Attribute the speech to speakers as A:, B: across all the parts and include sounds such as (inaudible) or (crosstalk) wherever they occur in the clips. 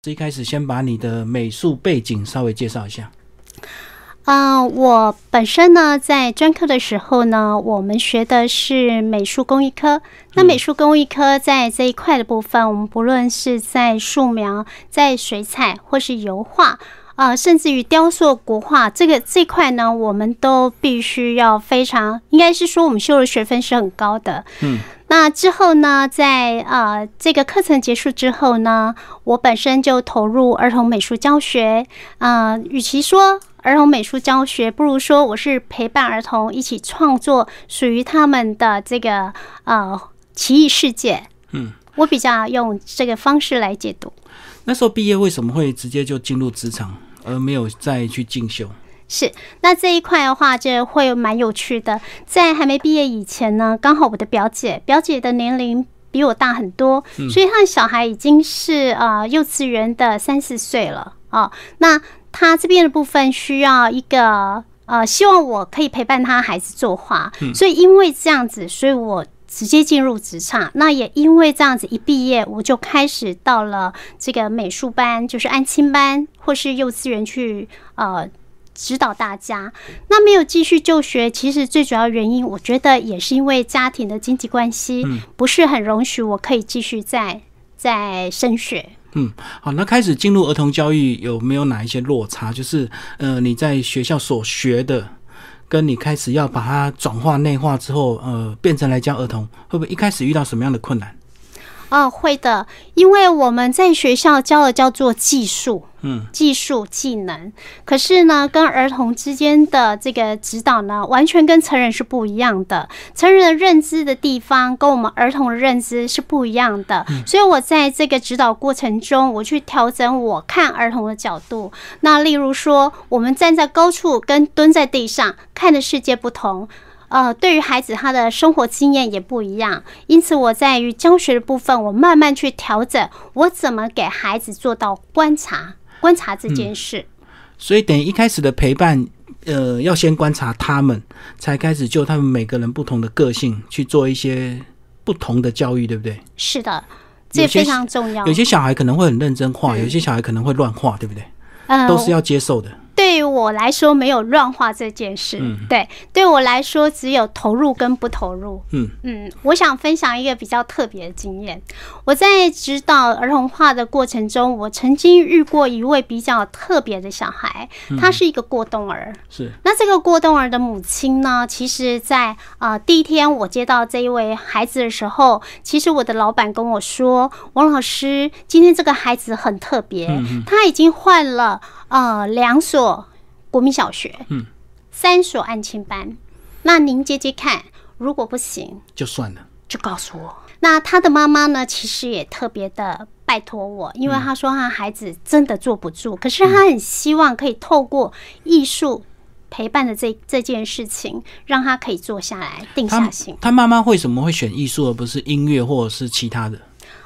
A: 最开始先把你的美术背景稍微介绍一下。
B: 啊、我本身呢，在专科的时候呢，我们学的是美术工艺科。那美术工艺科在这一块的部分，我们不论是在素描、在水彩或是油画，呃，甚至于雕塑、国画这个这块呢，我们都必须要非常，应该是说我们修的学分是很高的。
A: 嗯，
B: 那之后呢，在呃这个课程结束之后呢，我本身就投入儿童美术教学。呃，与其说儿童美术教学，不如说我是陪伴儿童一起创作属于他们的这个呃奇异世界。
A: 嗯，
B: 我比较用这个方式来解读。
A: 那时候毕业为什么会直接就进入职场，而没有再去进修？
B: 是，那这一块的话，这会蛮有趣的。在还没毕业以前呢，刚好我的表姐，表姐的年龄比我大很多，所以她的小孩已经是呃幼稚园的三四岁了哦。那她这边的部分需要一个呃，希望我可以陪伴她孩子作画，所以因为这样子，所以我。直接进入职场，那也因为这样子，一毕业我就开始到了这个美术班，就是安亲班或是幼稚园去呃指导大家。那没有继续就学，其实最主要原因，我觉得也是因为家庭的经济关系，不是很容许我可以继续再再升学。
A: 好，那开始进入儿童教育有没有哪一些落差？就是呃，你在学校所学的，跟你开始要把它转化内化之后，呃，变成来教儿童，会不会一开始遇到什么样的困难？
B: 哦，会的，因为我们在学校教的叫做技术，
A: 嗯，
B: 技术技能。可是呢，跟儿童之间的这个指导呢，完全跟成人是不一样的。成人的认知的地方跟我们儿童的认知是不一样的，所以我在这个指导过程中，我去调整我看儿童的角度。那例如说，我们站在高处跟蹲在地上看的世界不同，呃，对于孩子他的生活经验也不一样，因此我在于教学的部分，我慢慢去调整我怎么给孩子做到观察，观察这件事。
A: 嗯所以等于一开始的陪伴，呃，要先观察他们，才开始就他们每个人不同的个性去做一些不同的教育，对不对？
B: 是的，
A: 有
B: 这
A: 些
B: 非常重要
A: 有。些小孩可能会很认真画，有些小孩可能会乱画，对不对？
B: 嗯
A: 都是要接受的。
B: 对于我来说，没有乱画这件事。
A: 嗯
B: 对，对我来说，只有投入跟不投入。
A: 嗯
B: 我想分享一个比较特别的经验。我在指导儿童画的过程中，我曾经遇过一位比较特别的小孩，
A: 嗯
B: 他是一个过动儿。
A: 是，
B: 那这个过动儿的母亲呢，其实在呃第一天我接到这一位孩子的时候，其实我的老板跟我说，王老师，今天这个孩子很特别，他已经换了呃两所国民小学，
A: 嗯，
B: 三所安亲班，那您接接看，如果不行，
A: 就算了。
B: 就告诉我。那他的妈妈呢，其实也特别的拜托我，因为他说他孩子真的坐不住，可是他很希望可以透过艺术陪伴的这这件事情，让他可以坐下来定
A: 他
B: 下心。
A: 他妈妈为什么会选艺术而不是音乐或者是其他的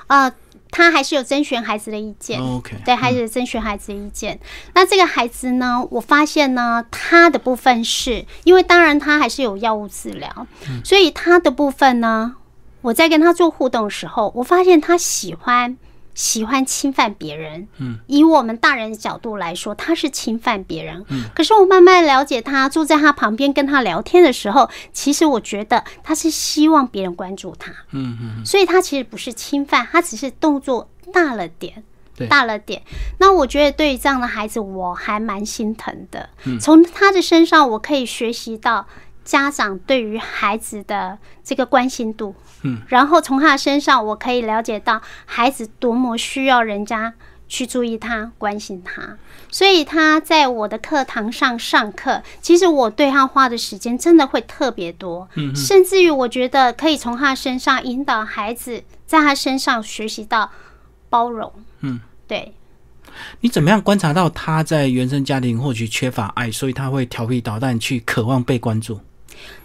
B: 呃，他还是有征询孩子的意见。
A: ？OK，
B: 对孩子征询孩子的意见。那这个孩子呢，我发现呢，他的部分是因为当然他还是有药物治疗，所以他的部分呢，我在跟他做互动的时候，我发现他喜欢。喜欢侵犯别人，嗯，以我们大人的角度来说，他是侵犯别人。嗯，可是我慢慢了解他，坐在他旁边跟他聊天的时候，其实我觉得他是希望别人关注他，
A: 嗯嗯，
B: 所以他其实不是侵犯，他只是动作大了点
A: 对。
B: 大了点，那我觉得对于这样的孩子，我还蛮心疼的。
A: 嗯
B: 从他的身上，我可以学习到家长对于孩子的这个关心度。
A: 嗯，
B: 然后从他的身上，我可以了解到孩子多么需要人家去注意他、关心他。所以他在我的课堂上上课，其实我对他花的时间真的会特别多，甚至于我觉得可以从他身上引导孩子，在他身上学习到包容。
A: 嗯，
B: 对，
A: 你怎么样观察到他在原生家庭或许缺乏爱，所以他会调皮捣蛋，去渴望被关注？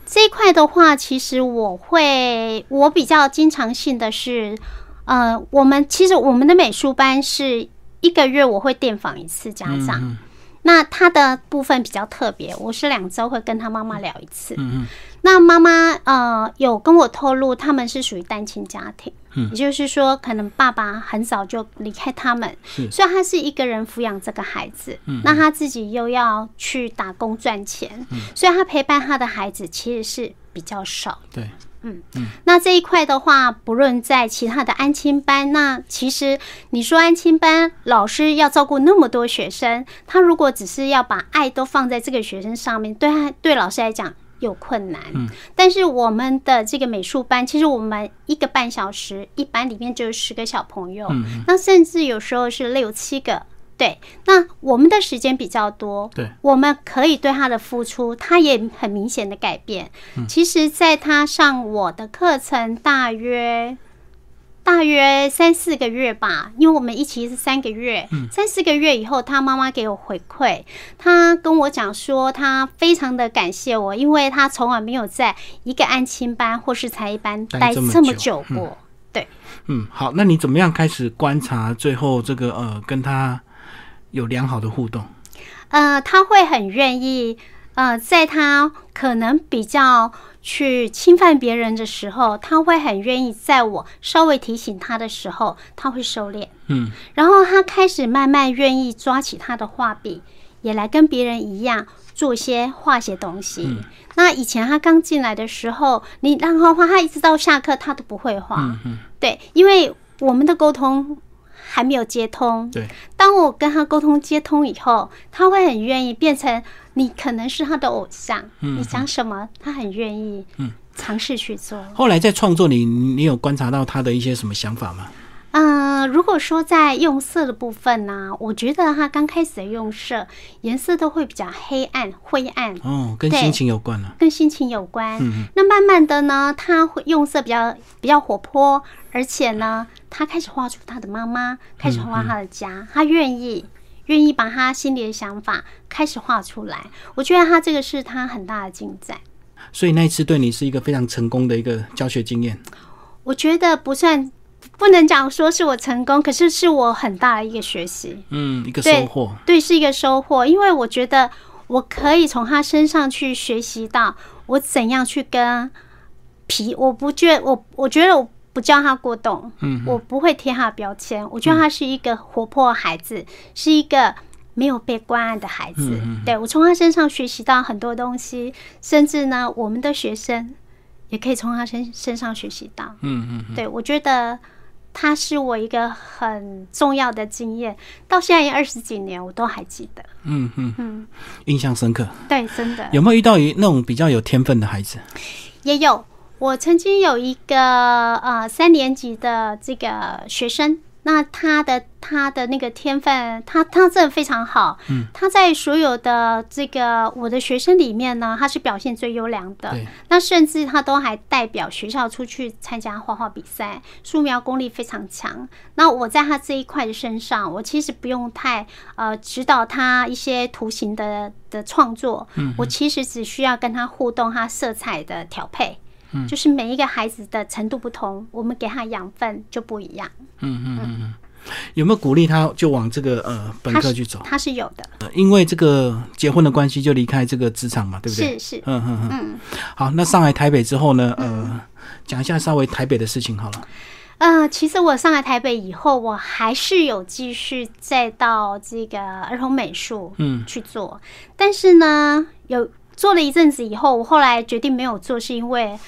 B: 这一块的话，其实我会，我比较经常性的是，呃，
A: 嗯
B: 我们其实我们的美术班是一个月我会电访一次家长。那他的部分比较特别，我是两周会跟他妈妈聊一次。
A: 嗯嗯
B: 那妈妈呃有跟我透露，他们是属于单亲家庭，
A: 嗯
B: 也就是说，可能爸爸很早就离开他们，
A: 是
B: 所以他是一个人抚养这个孩子。那他自己又要去打工赚钱，所以他陪伴他的孩子其实是比较少。
A: 对，
B: 那这一块的话，不论在其他的安亲班，那其实你说安亲班老师要照顾那么多学生，他如果只是要把爱都放在这个学生上面，对他对老师来讲。有困难，但是我们的这个美术班，其实我们一个半小时，一班里面就有十个小朋友，
A: 嗯
B: 那甚至有时候是六七个，对，那我们的时间比较多，
A: 对，
B: 我们可以对他的付出，他也很明显的改变。
A: 嗯
B: 其实，在他上我的课程，大约大约三四个月吧，因为我们一起是三个月，
A: 嗯
B: 三四个月以后，他妈妈给我回馈，他跟我讲说，他非常的感谢我，因为他从来没有在一个安亲班或是才艺班
A: 待
B: 待
A: 这么
B: 这么
A: 久
B: 久过。对，
A: 嗯，好，那你怎么样开始观察最后这个呃跟他有良好的互动？
B: 呃，他会很愿意，呃，在他可能比较去侵犯别人的时候，他会很愿意在我稍微提醒他的时候，他会收敛。
A: 嗯，
B: 然后他开始慢慢愿意抓起他的画笔，也来跟别人一样做些画些东西。那以前他刚进来的时候，你让他画，他一直到下课他都不会画。
A: 嗯
B: 对，因为我们的沟通还没有接通。
A: 对，
B: 当我跟他沟通接通以后，他会很愿意变成你可能是他的偶像，你讲什么他很愿意，尝试去做。
A: 后来在创作里，你你有观察到他的一些什么想法吗？
B: 嗯、如果说在用色的部分呢、我觉得他刚开始的用色颜色都会比较黑暗、灰暗，
A: 哦，跟
B: 对
A: 心情有关了、
B: 跟心情有关。那慢慢的呢，他会用色比较比较活泼，而且呢，他开始画出他的妈妈，开始画他的家，他愿意愿意把他心里的想法开始画出来。我觉得他这个是他很大的进展。
A: 所以那一次对你是一个非常成功的一个教学经验。
B: 我觉得不算，不能讲说是我成功，可是是我很大的一个学习。
A: 嗯，一个
B: 对
A: 收获。
B: 对，是一个收获，因为我觉得我可以从他身上去学习到我怎样去跟皮，我不觉我我觉得我不叫他过动，嗯，我不会贴他的标签，我觉得他是一个活泼的孩子，是一个。没有被关爱的孩子，对我从他身上学习到很多东西，甚至呢，我们的学生也可以从他身身上学习到。
A: 嗯嗯，
B: 对，我觉得它是我一个很重要的经验，到现在也二十几年，我都还记得。
A: 嗯嗯
B: 嗯，
A: 印象深刻。
B: 对，真的
A: 有没有遇到一那种比较有天分的孩子？
B: 也有。我曾经有一个呃三年级的这个学生，那他的他的那个天分，他他真的非常好。嗯，他在所有的这个我的学生里面呢，他是表现最优良的。
A: 对，
B: 那甚至他都还代表学校出去参加画画比赛，素描功力非常强。那我在他这一块的身上，我其实不用太呃指导他一些图形的的创作，
A: 嗯
B: 我其实只需要跟他互动，他色彩的调配。
A: 嗯
B: 就是每一个孩子的程度不同，我们给他养分就不一样。
A: 有没有鼓励他就往这个呃本
B: 他
A: 科
B: 是
A: 去走、
B: 他是有的，
A: 呃因为这个结婚的关系就离开这个职场嘛，对不对？
B: 是是。
A: 嗯嗯嗯。好，那上来台北之后呢？
B: 嗯
A: 呃，讲一下稍微台北的事情好了。
B: 呃，其实我上来台北以后，我还是有继续再到这个儿童美术
A: 嗯
B: 去做，但是呢，有做了一阵子以后，我后来决定没有做，是因为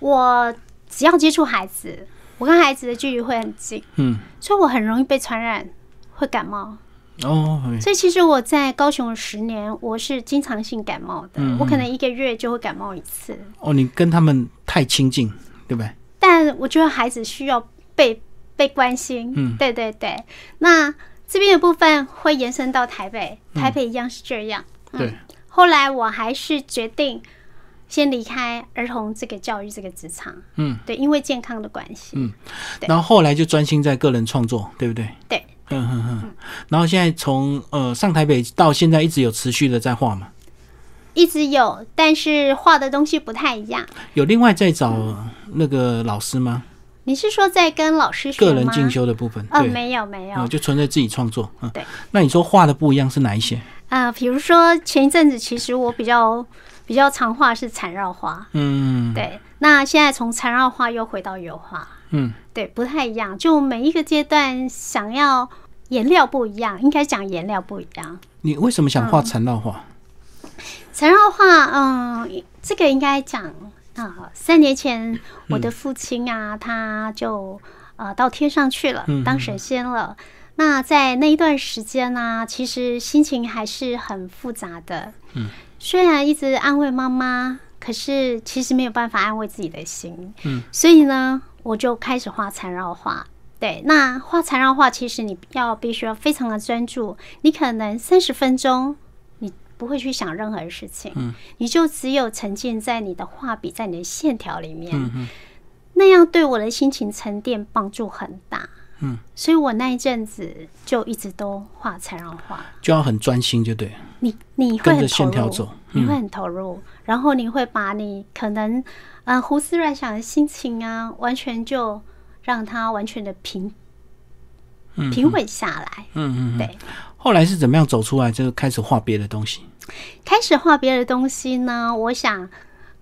B: 我只要接触孩子，我跟孩子的距离会很近，
A: 嗯。
B: 所以我很容易被传染，会感冒。
A: 哦，哎
B: 所以其实我在高雄十年，我是经常性感冒的，我可能一个月就会感冒一次。
A: 哦，你跟他们太亲近，对不对？
B: 但我觉得孩子需要被被关心。
A: 嗯
B: 对对对。那这边的部分会延伸到台北，台北一样是这样。
A: 对，
B: 后来我还是决定先离开儿童这个教育这个职场。
A: 嗯，
B: 对，因为健康的关系。
A: 嗯然后后来就专心在个人创作，对不对？
B: 对。
A: 嗯嗯嗯。然后现在从呃上台北到现在一直有持续的在画嘛，
B: 一直有，但是画的东西不太一样。
A: 有另外在找
B: 嗯
A: 那个老师吗？
B: 你是说在跟老师学吗？
A: 个人进修的部分，
B: 呃，
A: 对，哦
B: 没有没有
A: 呃，就纯粹自己创作。嗯，
B: 对。
A: 那你说画的不一样是哪一些？
B: 啊，比如说前一阵子，其实我比较比较常画是缠绕画，
A: 嗯，
B: 对。那现在从缠绕画又回到油画，
A: 嗯，
B: 对，不太一样。就每一个阶段想要颜料不一样，应该讲颜料不一样。
A: 你为什么想画缠绕
B: 嗯
A: 画？
B: 缠绕画，嗯，这个应该讲啊、呃三年前我的父亲啊，他就呃到天上去了
A: 嗯，
B: 当神仙了。那在那一段时间呢、其实心情还是很复杂的。
A: 嗯，
B: 虽然一直安慰妈妈，可是其实没有办法安慰自己的心。
A: 嗯，
B: 所以呢，我就开始画缠绕画。对，那画缠绕画，其实你要必须要非常的专注，你可能三十分钟你不会去想任何事情，
A: 嗯
B: 你就只有沉浸在你的画笔在你的线条里面，
A: 嗯嗯
B: 那样对我的心情沉淀帮助很大。
A: 嗯，
B: 所以我那一阵子就一直都画缠绕画，
A: 就要很专心，就对了，
B: 你你会
A: 跟
B: 很
A: 着
B: 投
A: 线条
B: 入，
A: 走。嗯
B: 你会很投入，然后你会把你可能呃胡思乱想的心情啊，完全就让它完全的平
A: 嗯
B: 平稳下来。
A: 嗯嗯，
B: 对。
A: 后来是怎么样走出来？就开始画别的东西。
B: 开始画别的东西呢，我想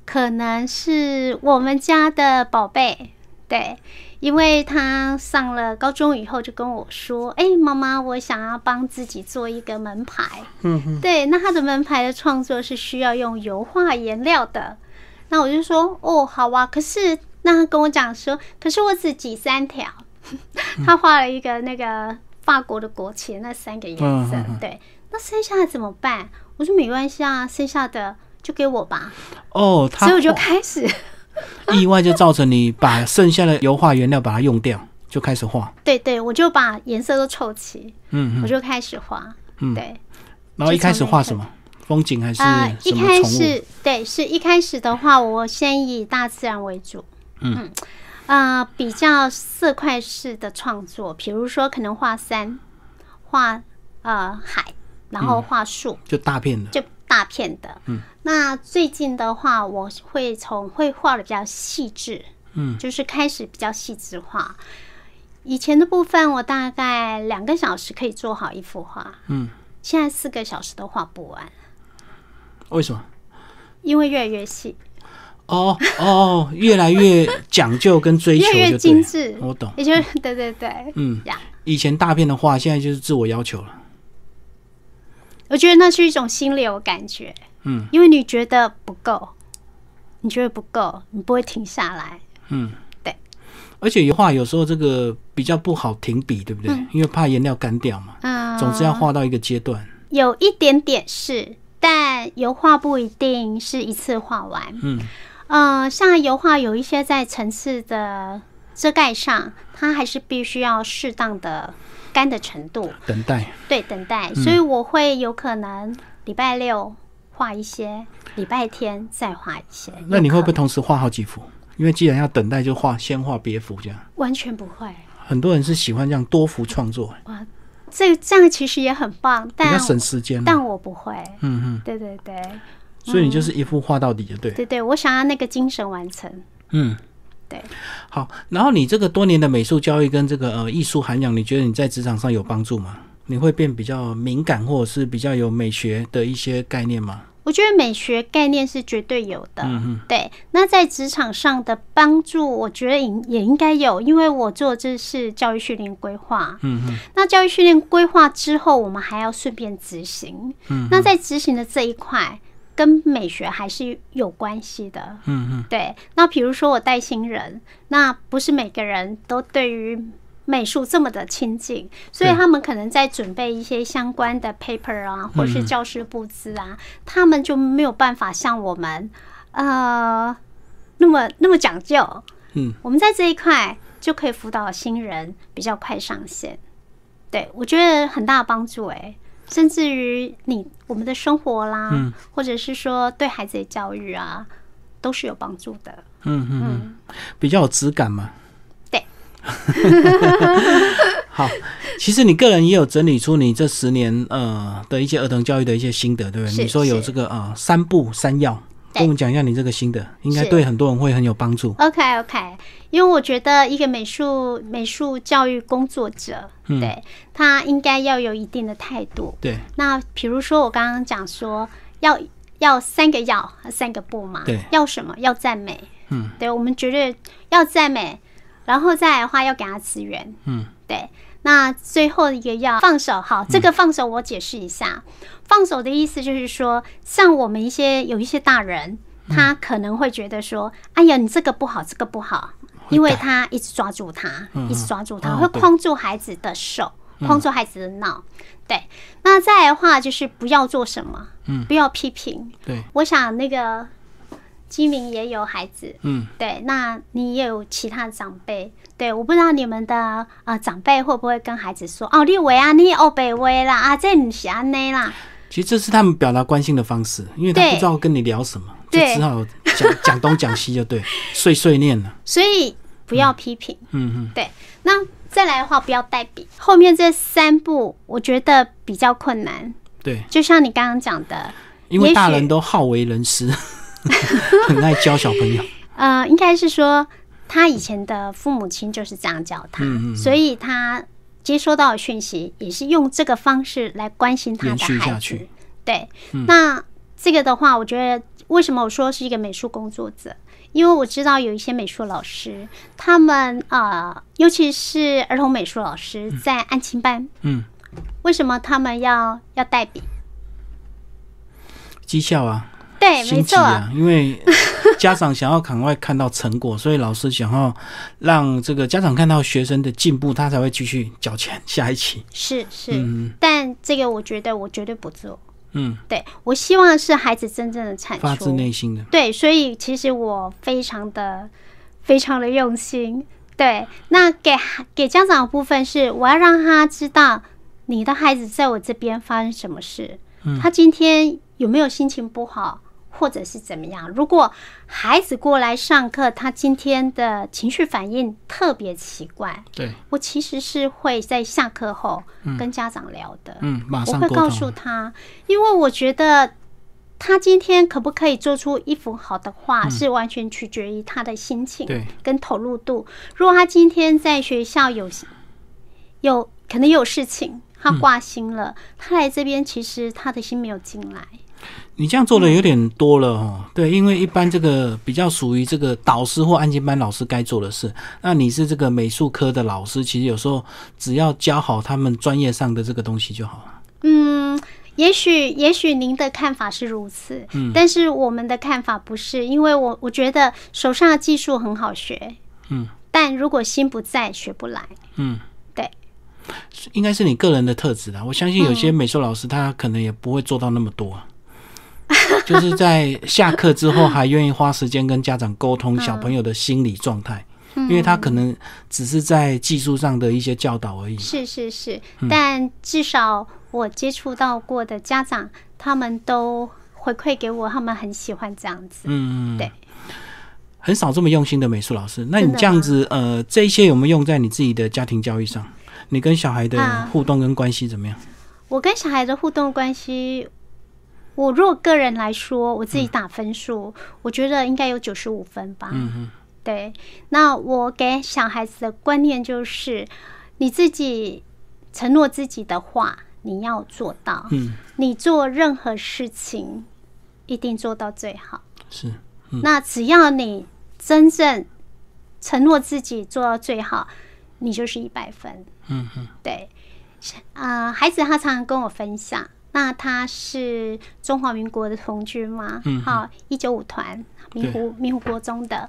B: 可能是我们家的宝贝，对，因为他上了高中以后就跟我说：“哎、妈妈，我想要帮自己做一个门牌。”
A: 嗯
B: 对，那他的门牌的创作是需要用油画颜料的。那我就说：“哦，好啊。”可是那他跟我讲说：“可是我只挤三条。” (laughs) 他画了一个那个法国的国旗，那三个颜
A: 嗯
B: 色，
A: 嗯嗯
B: 对。那剩下的怎么办？我说没关系啊，剩下的就给我吧。
A: 哦，他
B: 所以我就开始， (laughs)
A: 意外就造成你把剩下的油画原料把它用掉，就开始画。
B: 对对，我就把颜色都凑齐，
A: 嗯
B: 我
A: 嗯，
B: 就开始画。
A: 嗯
B: 对，
A: 然后一开始画什么？风景还是
B: 啊，一
A: 什么宠
B: 开
A: 物？
B: 始对，是一开始的话，我先以大自然为主。
A: 嗯
B: 嗯，呃，比较色块式的创作，比如说可能画山、画呃海，然
A: 嗯
B: 后画树。
A: 就大片的。
B: 就大片的。嗯，那最近的话，我会从会画的比较细致，
A: 嗯，
B: 就是开始比较细致画。以前的部分，我大概两个小时可以做好一幅画，
A: 嗯，
B: 现在四个小时都画不完，
A: 为什么？
B: 因为越来越细，
A: 哦哦，越来越讲究跟追求
B: 越来越
A: 就对
B: 精
A: 了。哦
B: 致，
A: 我懂。
B: 也就是 (laughs) 对对对，
A: 嗯
B: 呀，
A: 以前大片的画，现在就是自我要求了。
B: 我觉得那是一种心流感觉，
A: 嗯，
B: 因为你觉得不够，你觉得不够，你不会停下来，
A: 嗯，
B: 对。
A: 而且油画有时候这个比较不好停笔，对不对？因为怕颜料干掉嘛。
B: 嗯，
A: 总之要画到一个阶段。
B: 有一点点是，但油画不一定是一次画完。
A: 嗯
B: 呃，像油画有一些在层次的遮盖上，它还是必须要适当的干的程度，
A: 等待。
B: 对，等待。
A: 嗯
B: 所以我会有可能礼拜六画一些，礼拜天再画一些。
A: 那你会不会
B: 有可
A: 同时画好几幅？因为既然要等待，就画先画别幅这样。
B: 完全不会？
A: 很多人是喜欢这样多幅创作，
B: 这这样其实也很棒，
A: 比较
B: 但
A: 省时间。
B: 但我不会。
A: 嗯
B: 对对对
A: 嗯，所以你就是一幅画到底就对。
B: 对对，我想要那个精神完成。
A: 嗯，
B: 对。
A: 好，然后你这个多年的美术教育跟这个呃艺术涵养，你觉得你在职场上有帮助吗？你会变比较敏感，或者是比较有美学的一些概念吗？
B: 我觉得美学概念是绝对有的，
A: 嗯哼
B: 对。那在职场上的帮助，我觉得也也应该有，因为我做这是教育训练规划。
A: 嗯哼
B: 那教育训练规划之后，我们还要顺便执行。
A: 嗯
B: 那在执行的这一块，跟美学还是有关系的。
A: 嗯哼
B: 对，那比如说我带新人，那不是每个人都对于美术这么的亲近，所以
A: 对
B: 他们可能在准备一些相关的 paper 啊，或是
A: 嗯
B: 教师布置啊，他们就没有办法像我们，呃，那么那么讲究。
A: 嗯，
B: 我们在这一块就可以辅导新人比较快上线，对我觉得很大的帮助诶、甚至于你我们的生活啦，
A: 嗯
B: 或者是说对孩子的教育啊，都是有帮助的。
A: 嗯哼嗯，比较有质感嘛。
B: 对。
A: (laughs) 好，其实你个人也有整理出你这十年呃的一些儿童教育的一些心得，对不对？
B: 是
A: 你说有
B: 是
A: 这个呃三不三要，跟我们讲一下你这个新的，应该对很多人会很有帮助。
B: OK OK，因为我觉得一个美术美术教育工作者，
A: 嗯
B: 对他应该要有一定的态度。
A: 对
B: 那比如说我刚刚讲说要要三个要三个不嘛，
A: 对
B: 要什么？要赞美，嗯，对，我们绝对要赞美，然后再来的话要给他资源，
A: 嗯，
B: 对。那最后一个要放手，好，这个放手我解释一下。放手的意思就是说，像我们一些有一些大人，他
A: 嗯
B: 可能会觉得说，哎呀，你这个不好，这个不好，因为他一直抓住他，一直抓住他，
A: 嗯
B: 会
A: 对嗯
B: 框住孩子的手，框住孩子的脑。对，那再来的话就是不要做什么，
A: 嗯，
B: 不要批评。
A: 对，
B: 我想那个基民也有孩子，
A: 嗯，
B: 对，那你也有其他长辈，对，我不知道你们的呃长辈会不会跟孩子说，哦，你为啊，你欧北威啦，啊，这你是安内啦，
A: 其实这是他们表达关心的方式，因为他
B: 对
A: 不知道跟你聊什么，就
B: 对
A: 只好讲讲东讲西，就
B: (laughs)
A: 对，碎碎念了。
B: 所以不要批评。
A: 嗯嗯，
B: 对，那再来的话不要代笔，后面这三步我觉得比较困难，
A: 对，
B: 就像你刚刚讲的，
A: 因
B: 也
A: 为
B: 许
A: 大人都好为人
B: (laughs)
A: 师，很爱教小朋友。
B: 呃，应该是说他以前的父母亲就是这样教
A: 嗯
B: 他，所以他接收到的讯息也是用这个方式来关心他
A: 延续
B: 的
A: 下
B: 孩子
A: 去。嗯
B: 对，那这个的话，我觉得为什么我说是一个美术工作者？因为我知道有一些美术老师，他们呃，尤其是儿童美术老师，在安亲班，
A: 嗯，
B: 为什么他们要要代笔？
A: 绩效啊，
B: 对，哎没
A: 心急
B: 错，
A: 啊，因为家长想要赶快看到成果，所以老师想要让这个家长看到学生的进步，他才会继续缴钱下一期。
B: 是是。
A: 嗯
B: 但这个我觉得我绝对不做。
A: 嗯，
B: 对我希望是孩子真正的产
A: 发自
B: 出。
A: 内心的。
B: 对，所以其实我非常的非常的用心。对，那给孩给家长的部分是，我要让他知道你的孩子在我这边发生什么事，
A: 嗯
B: 他今天有没有心情不好，或者是怎么样。如果孩子过来上课，他今天的情绪反应特别奇怪，
A: 对，
B: 我其实是会在下课后跟家长聊的。
A: 嗯，马
B: 我
A: 上
B: 会
A: 沟
B: 告诉
A: 通。
B: 他，因为我觉得他今天可不可以做出一幅好的画，是完全取决于他的心情
A: 嗯对
B: 跟投入度。如果他今天在学校有有可能有事情，他
A: 嗯
B: 挂心了，他来这边其实他的心没有进来。
A: 你这样做的有点多了哦。对，因为一般这个比较属于这个导师或安静班老师该做的事，那你是这个美术科的老师，其实有时候只要教好他们专业上的这个东西就好了。
B: 嗯，也许也许您的看法是如此，
A: 嗯
B: 但是我们的看法不是，因为我我觉得手上的技术很好学，
A: 嗯，
B: 但如果心不在，学不来。
A: 嗯，
B: 对，
A: 应该是你个人的特质啦。我相信有些美术老师他可能也不会做到那么多啊、就是在下课之后还愿意花时间跟家长沟通小朋友的心理状态，因为他可能只是在技术上的一些教导而已。
B: 是是是，
A: 嗯
B: 但至少我接触到过的家长，他们都回馈给我，他们很喜欢这样子。
A: 嗯，
B: 对，
A: 很少这么用心的美术老师。那
B: 真
A: 你
B: 的
A: 这样子，呃，这一些有没有用在你自己的家庭教育上？你跟小孩的
B: 啊
A: 互动跟关系怎么样？
B: 我跟小孩的互动关系，我如果个人来说，我自己打分数，我觉得应该有九十五分吧。
A: 嗯嗯，
B: 对，那我给小孩子的观念就是，你自己承诺自己的话，你要做到。
A: 嗯，
B: 你做任何事情，一定做到最好。
A: 是，
B: 那只要你真正承诺自己做到最好，你就是一百分。
A: 嗯嗯，
B: 对，呃，孩子他常常跟我分享，那他是中华民国的童军嘛，
A: 嗯
B: 好，一九五团，明
A: 对
B: 湖明湖国中的。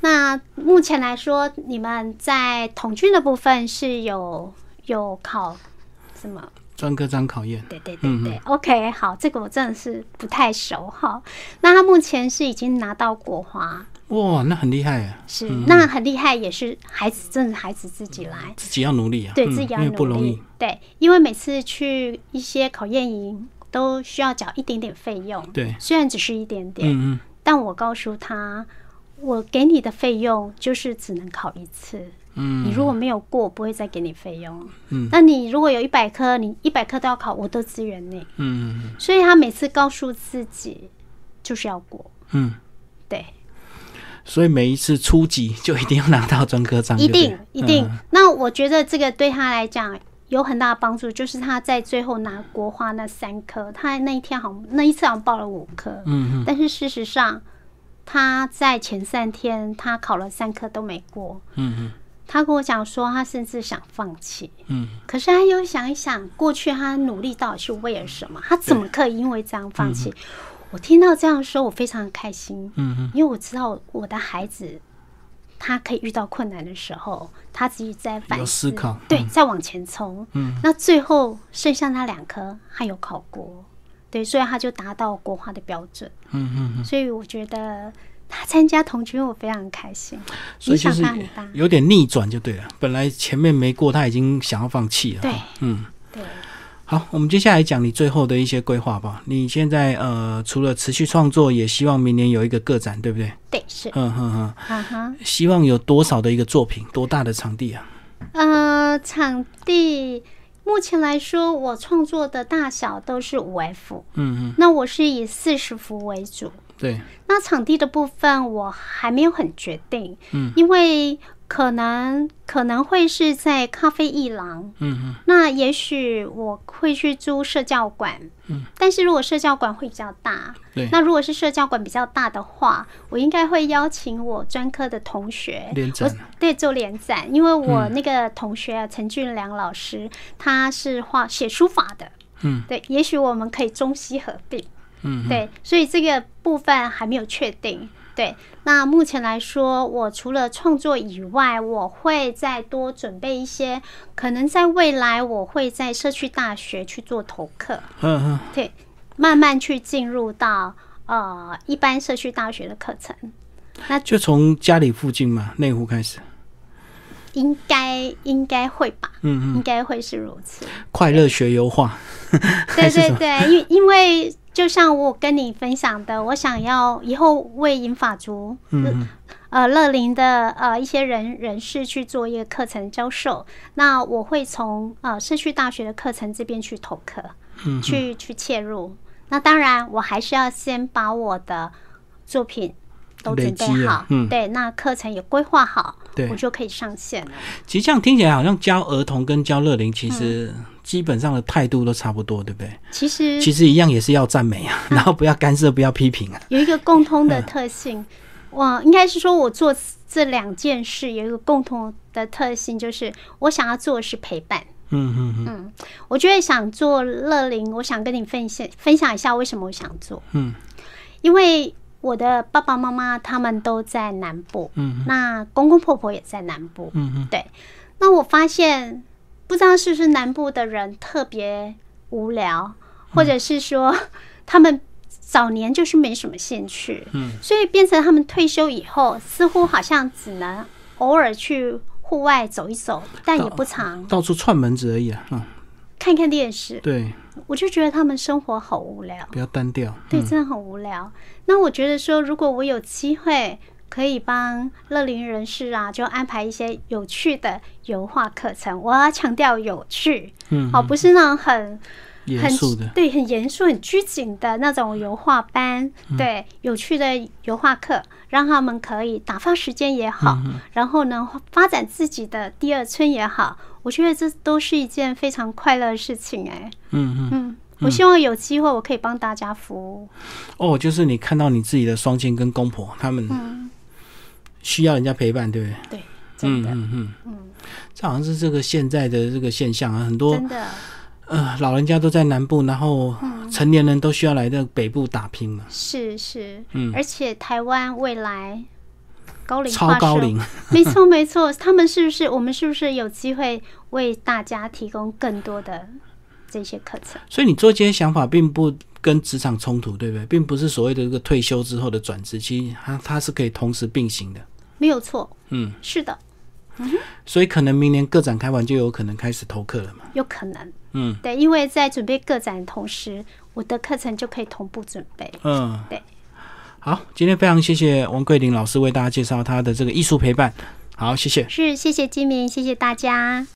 B: 那目前来说，你们在童军的部分是有有考什么？
A: 专科章考验。
B: 对对对
A: 嗯
B: 对、o k 好，这个我真的是不太熟哈。那他目前是已经拿到国华，
A: 哇，那很厉害啊！
B: 是、那很厉害，也是孩子，真的孩子自己来。
A: 自己要努力啊，
B: 对
A: 嗯
B: 自己要
A: 因为
B: 努力。
A: 不容易。
B: 对，因为每次去一些考验营都需要缴一点点费用，
A: 对，
B: 虽然只是一点点，
A: 嗯嗯，
B: 但我告诉他，我给你的费用就是只能考一次。
A: 嗯，
B: 你如果没有过，我不会再给你费用。
A: 嗯，
B: 那你如果有一百科，你一百科都要考，我都支援你。
A: 嗯，
B: 所以他每次告诉自己就是要过。
A: 嗯，
B: 对，
A: 所以每一次初级就一定要拿到专科章，对
B: 一
A: 不对
B: 定一定。那我觉得这个对他来讲有很大的帮助，就是他在最后拿国画那三科，他那一天好像那一次好像报了五科，
A: 嗯
B: 但是事实上他在前三天他考了三科都没过，
A: 嗯嗯
B: 他跟我讲说他甚至想放弃，
A: 嗯，
B: 可是他又想一想过去他努力到底是为了什么，他怎么可以因为这样放弃？我听到这样说，我非常开心，
A: 嗯嗯
B: 因为我知道我的孩子，他可以遇到困难的时候，他自己在反
A: 有
B: 思
A: 思考
B: 对，再往前冲。
A: 嗯，
B: 那最后剩下那两科，他有考过，对，所以他就达到国画的标准。
A: 嗯嗯嗯，
B: 所以我觉得他参加童军，我非常开心，
A: 所
B: 影
A: 以就
B: 响
A: 是
B: 他很大。
A: 有点逆转就对了。本来前面没过，他已经想要放弃了。
B: 对，
A: 嗯，
B: 对，
A: 好，我们接下来讲你最后的一些规划吧。你现在呃，除了持续创作，也希望明年有一个个展，对不对？
B: 对，是，
A: 嗯哼哼，
B: 啊哈。
A: 希望有多少的一个作品，多大的场地啊？
B: 呃，场地目前来说，我创作的大小都是五 F，
A: 嗯嗯，
B: 那我是以四十幅为主。
A: 对，
B: 那场地的部分我还没有很决定，
A: 嗯，
B: 因为可能可能会是在咖啡一廊，
A: 嗯嗯
B: 那也许我会去租社教馆，嗯，但是如果社教馆会比较大，
A: 对
B: 那如果是社教馆比较大的话，我应该会邀请我专科的同学
A: 联展啊
B: 我对，做联展，因为
A: 嗯
B: 我那个同学啊，陈俊良老师，他是画写书法的，
A: 嗯，
B: 对，也许我们可以中西合并，
A: 嗯，
B: 对，所以这个部分还没有确定。对，那目前来说，我除了创作以外，我会再多准备一些，可能在未来我会在社区大学去做投课，
A: 嗯嗯，
B: 对，慢慢去进入到呃一般社区大学的课程。
A: 就从家里附近嘛，内湖开始。
B: 应该应该会吧，
A: 嗯
B: 应该会是如此。
A: 嗯，快乐学油画。
B: (laughs) 对
A: 是
B: 对
A: 什么
B: 对，因因为就像我跟你分享的，我想要以后为银发族，
A: 嗯
B: 呃，乐龄的呃一些人人士去做一个课程教授。那我会从呃社区大学的课程这边去投课，
A: 嗯
B: 去去切入。那当然，我还是要先把我的作品。都
A: 累
B: 准备
A: 积了
B: 好，
A: 嗯
B: 对，那课程也规划好，
A: 对
B: 我就可以上线了。
A: 其实这样听起来好像教儿童跟教乐龄，其实
B: 嗯
A: 基本上的态度都差不多，对不对？
B: 其实
A: 其实一样也是要赞美
B: (laughs)
A: 啊，然后不要干涉，不要批评啊。
B: 有一个共通的特性，我应该是说我做这两件事有一个共同的特性，就是我想要做的是陪伴。
A: 嗯嗯嗯。
B: 我觉得想做乐龄，我想跟你分享分享一下为什么我想做。
A: 嗯，
B: 因为我的爸爸妈妈他们都在南部，
A: 嗯，
B: 那公公婆婆也在南部，
A: 嗯嗯，
B: 对。那我发现，不知道是不是南部的人特别无聊，或者是说 (laughs) 他们早年就是没什么兴趣，
A: 嗯，
B: 所以变成他们退休以后，似乎好像只能偶尔去户外走一走，但也不
A: 哦
B: 常
A: 到处串门子而已啊。嗯，
B: 看看电视。
A: 对，
B: 我就觉得他们生活好无聊，
A: 不要单调。
B: 对，真的很无聊。那我觉得说，如果我有机会可以帮乐龄人士啊，就安排一些有趣的油画课程。我要强调有趣，
A: 嗯，
B: 哦，不是那种很
A: 严
B: 很
A: 肃的。
B: 对，很严肃、很拘谨的那种油画班，
A: 嗯
B: 对，有趣的油画课，让他们可以打发时间也好，
A: 嗯
B: 然后呢，发展自己的第二春也好，我觉得这都是一件非常快乐的事情、哎，
A: 嗯嗯。
B: 嗯，我希望有机会我可以帮大家服务。
A: 哦，就是你看到你自己的双亲跟公婆，他们
B: 嗯，
A: 需要人家陪伴，对不对？
B: 对，真
A: 嗯
B: 的，
A: 嗯嗯嗯。这好像是这个现在的这个现象啊，很多
B: 真的嗯
A: 呃老人家都在南部，然后成年人都需要来到北部打拼嘛，
B: 是是，
A: 嗯
B: 而且台湾未来高龄化
A: 超高
B: 社
A: 龄。
B: (laughs) 没错，没错，他们是不是我们是不是有机会为大家提供更多的这些课程？
A: 所以你做这些想法并不跟职场冲突，对不对？并不是所谓的这个退休之后的转职，其实它它是可以同时并行的。
B: 没有错，
A: 嗯，
B: 是的，
A: 所以可能明年个展开完就有可能开始投课了嘛。
B: 有可能。
A: 嗯
B: 对，因为在准备个展的同时，我的课程就可以同步准备。
A: 嗯，
B: 对。
A: 好，今天非常谢谢王桂林老师为大家介绍他的这个艺术陪伴。好，谢谢。
B: 是，谢谢金明，谢谢大家。